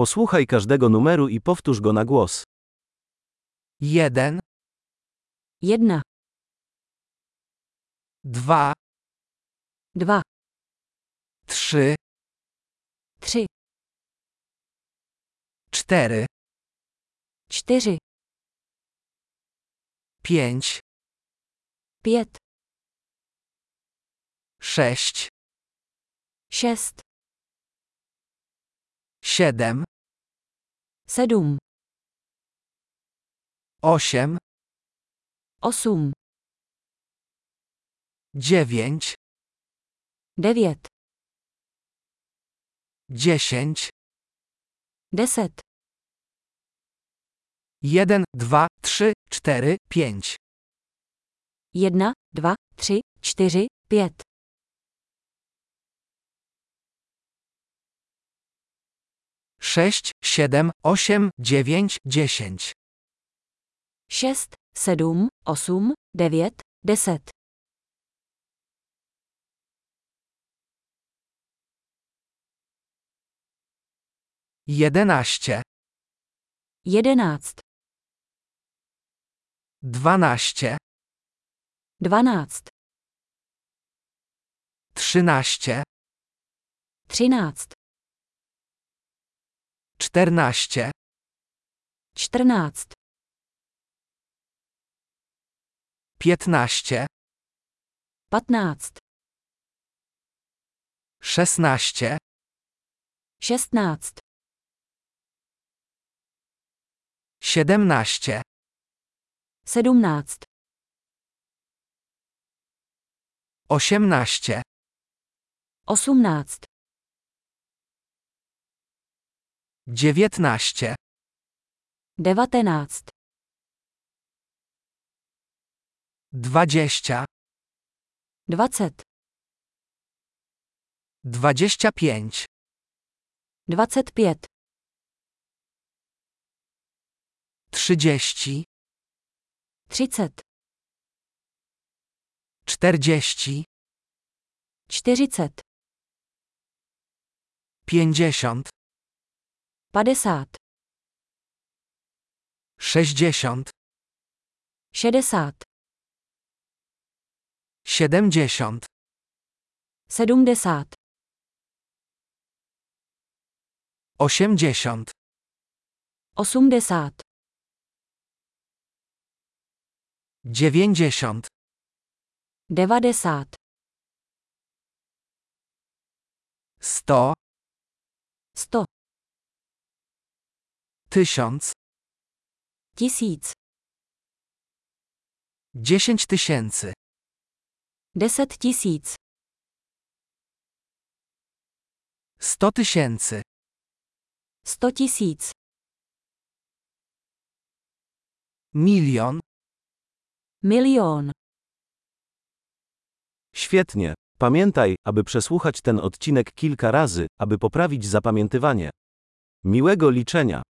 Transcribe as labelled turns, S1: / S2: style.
S1: Posłuchaj każdego numeru i powtórz go na głos.
S2: jeden,
S3: jedna,
S2: dwa,
S3: dwa,
S2: trzy,
S3: trzy,
S2: cztery,
S3: cztery,
S2: pięć,
S3: pięć,
S2: sześć,
S3: sześć,
S2: siedem,
S3: siedem,
S2: osiem,
S3: osiem,
S2: dziewięć,
S3: dziewięć,
S2: dziesięć,
S3: dziesięć,
S2: jeden, dwa, trzy, cztery, pięć,
S3: jedna, dwa, trzy, cztery, pięć,
S2: sześć, siedem, osiem, dziewięć, dziesięć,
S3: sześć, siedem, osiem, dziewięć, dziesięć,
S2: jedenaście,
S3: jedenact,
S2: dwanaście,
S3: dwanact,
S2: trzynaście,
S3: trzynact,
S2: czternaście,
S3: czternact,
S2: piętnaście,
S3: piętnact,
S2: szesnaście,
S3: szesnact,
S2: siedemnaście,
S3: siedemnact,
S2: osiemnaście,
S3: osiemnact,
S2: dziewiętnaście,
S3: dziewiętnact,
S2: dwadzieścia,
S3: dwadzieścia,
S2: dwadzieścia pięć,
S3: dwadzieścia pięć,
S2: trzydzieści,
S3: trzydzieści,
S2: czterdzieści,
S3: czterdzieści,
S2: pięćdziesiąt,
S3: pięćdziesiąt,
S2: sześćdziesiąt,
S3: sześćdziesiąt,
S2: siedemdziesiąt,
S3: siedemdziesiąt,
S2: osiemdziesiąt,
S3: osiemdziesiąt,
S2: dziewięćdziesiąt,
S3: dziewięćdziesiąt,
S2: sto,
S3: sto,
S2: tysiąc,
S3: tisíc,
S2: dziesięć tysięcy,
S3: deset tisíc,
S2: sto tysięcy,
S3: sto tisíc,
S2: milion,
S3: milion.
S1: Świetnie. Pamiętaj, aby przesłuchać ten odcinek kilka razy, aby poprawić zapamiętywanie. Miłego liczenia.